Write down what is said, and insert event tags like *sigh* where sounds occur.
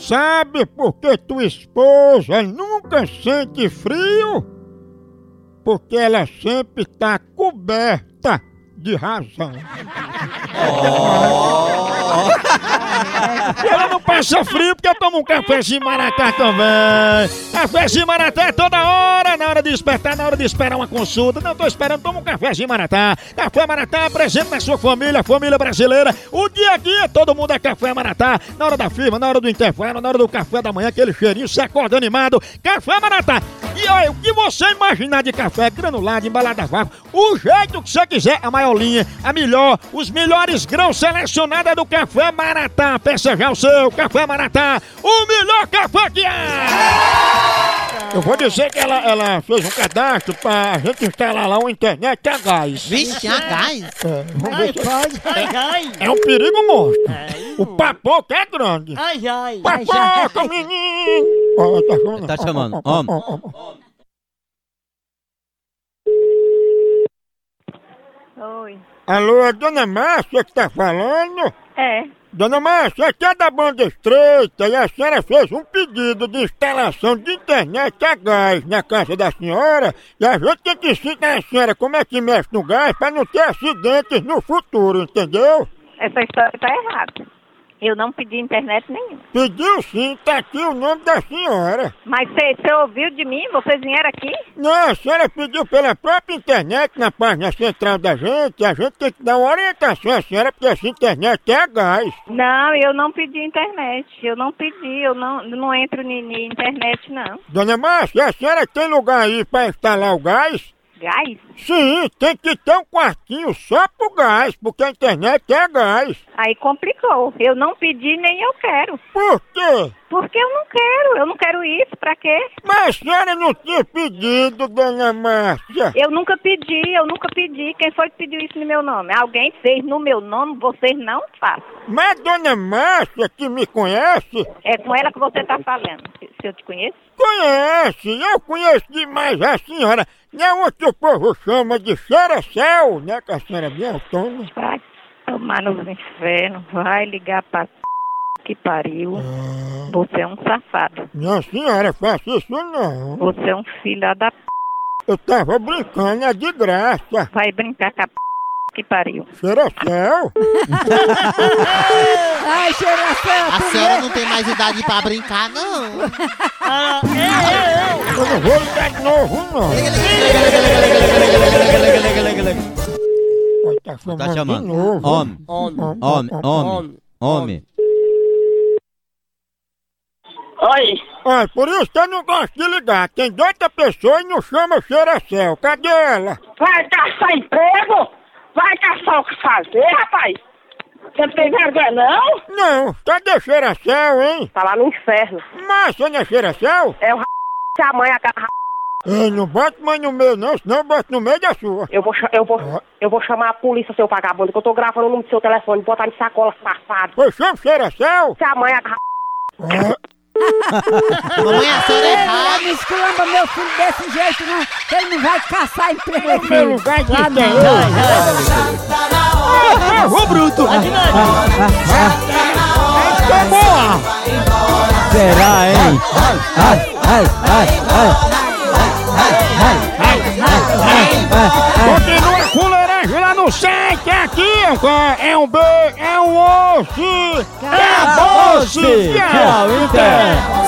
Sabe por que tua esposa nunca sente frio? Porque ela sempre tá coberta de razão. Ela não passa frio porque toma um cafezinho em Maratá também. Cafezinho em Maratá é toda hora, na hora de despertar, na hora de esperar uma consulta. Não tô esperando, toma um cafezinho em Maratá. Café Maratá é presente na sua família, família brasileira. O dia a dia, todo mundo é café Maratá. Na hora da firma, na hora do intervalo, na hora do café da manhã, aquele cheirinho, se acorda animado. Café Maratá. E olha, o que você imaginar de café, granulado, embalado a vácuo, o jeito que você quiser, a maiolinha, a melhor, os melhores grãos selecionados é do Café Maratá. Peça já o seu Café Maratá, o melhor café que é! Eu vou dizer que ela, ela fez um cadastro pra gente instalar lá uma internet a gás. Vixe, a gás. É, vamos ver se- pode, ai, ai. é um perigo monstro. Ai, O papoco é grande. Ai, ai. Papoco, menino! Ó, tá chamando. Tá chamando. Ó, ó, ó, ó, ó. Oi. Alô, é Dona Márcia que tá falando? É, Dona Márcia, aqui é da banda estreita e a senhora fez um pedido de instalação de internet a gás na casa da senhora e a gente tem que ensinar a senhora como é que mexe no gás para não ter acidentes no futuro, entendeu? essa história tá errada. Eu não pedi internet nenhuma. Pediu sim, tá aqui o nome da senhora. Mas você ouviu de mim? Vocês vieram aqui? Não, a senhora pediu pela própria internet na página central da gente e a gente tem que dar uma orientação à senhora porque essa internet é a gás. Não, eu não pedi internet. Eu não pedi, eu não, não entro em em internet, não. Dona Márcia, a senhora tem lugar aí para instalar o gás? Gás? Sim, tem que ter um quartinho só pro gás, porque a internet é gás. Aí complicou. Eu não pedi nem eu quero. Por quê? Porque eu não quero, eu não quero isso, pra quê? Mas a senhora não tinha pedido, dona Márcia. Eu nunca pedi, eu nunca pedi. Quem foi que pediu isso no meu nome? Alguém fez no meu nome, vocês não façam. Mas dona Márcia, que me conhece, É com ela que você tá falando. Se eu te conheço? conhece. Eu conheço demais a senhora. Não é o que o povo chama de xeracel, né? Que a senhora é bem autônoma. Vai tomar nos infernos, vai ligar pra que pariu. Você é um safado. Minha senhora, faça isso não. Você é um filho da p. Eu tava brincando, é de graça. Vai brincar com a p que pariu. Xeracel? Ai, cheira A certo. senhora não tem mais idade pra brincar, não. *laughs* Eu não vou ligar de novo, não. Ó, Tá chamando, Tá chamando. de novo. Homem, Homem, homem, homem, homem. Oi, Ó, por isso que eu não gosto de ligar. Tem outra pessoa e não chama Xeracel. Cadê ela? vai caçar emprego? Vai caçar o que fazer, rapaz? Você não tem vergonha, não? Não, cadê Xeracel, hein? Tá lá no inferno. Massa, né, Xeracel? É o r... que a mãe, aquela r... Ei, não bota mais no meu, não, senão eu boto no meio da sua. eu vou, cha- eu, vou, eu vou chamar a polícia, seu vagabundo, que eu tô gravando o número do seu telefone, botar em sacola, safado. Pois chama Xeracel? Se a mãe, aquela r... Ah, Mamãe, a senhora é Ele errada. não esculamba meu filho desse jeito, não. que Ele não vai caçar emprego. no meu lugar de Ah, não. senhor. Ô, bruto. Será, hein? Continua a fuleiragem lá no site, aqui é um K, é um B, é um O, se acabou-se, Tchau, Inter!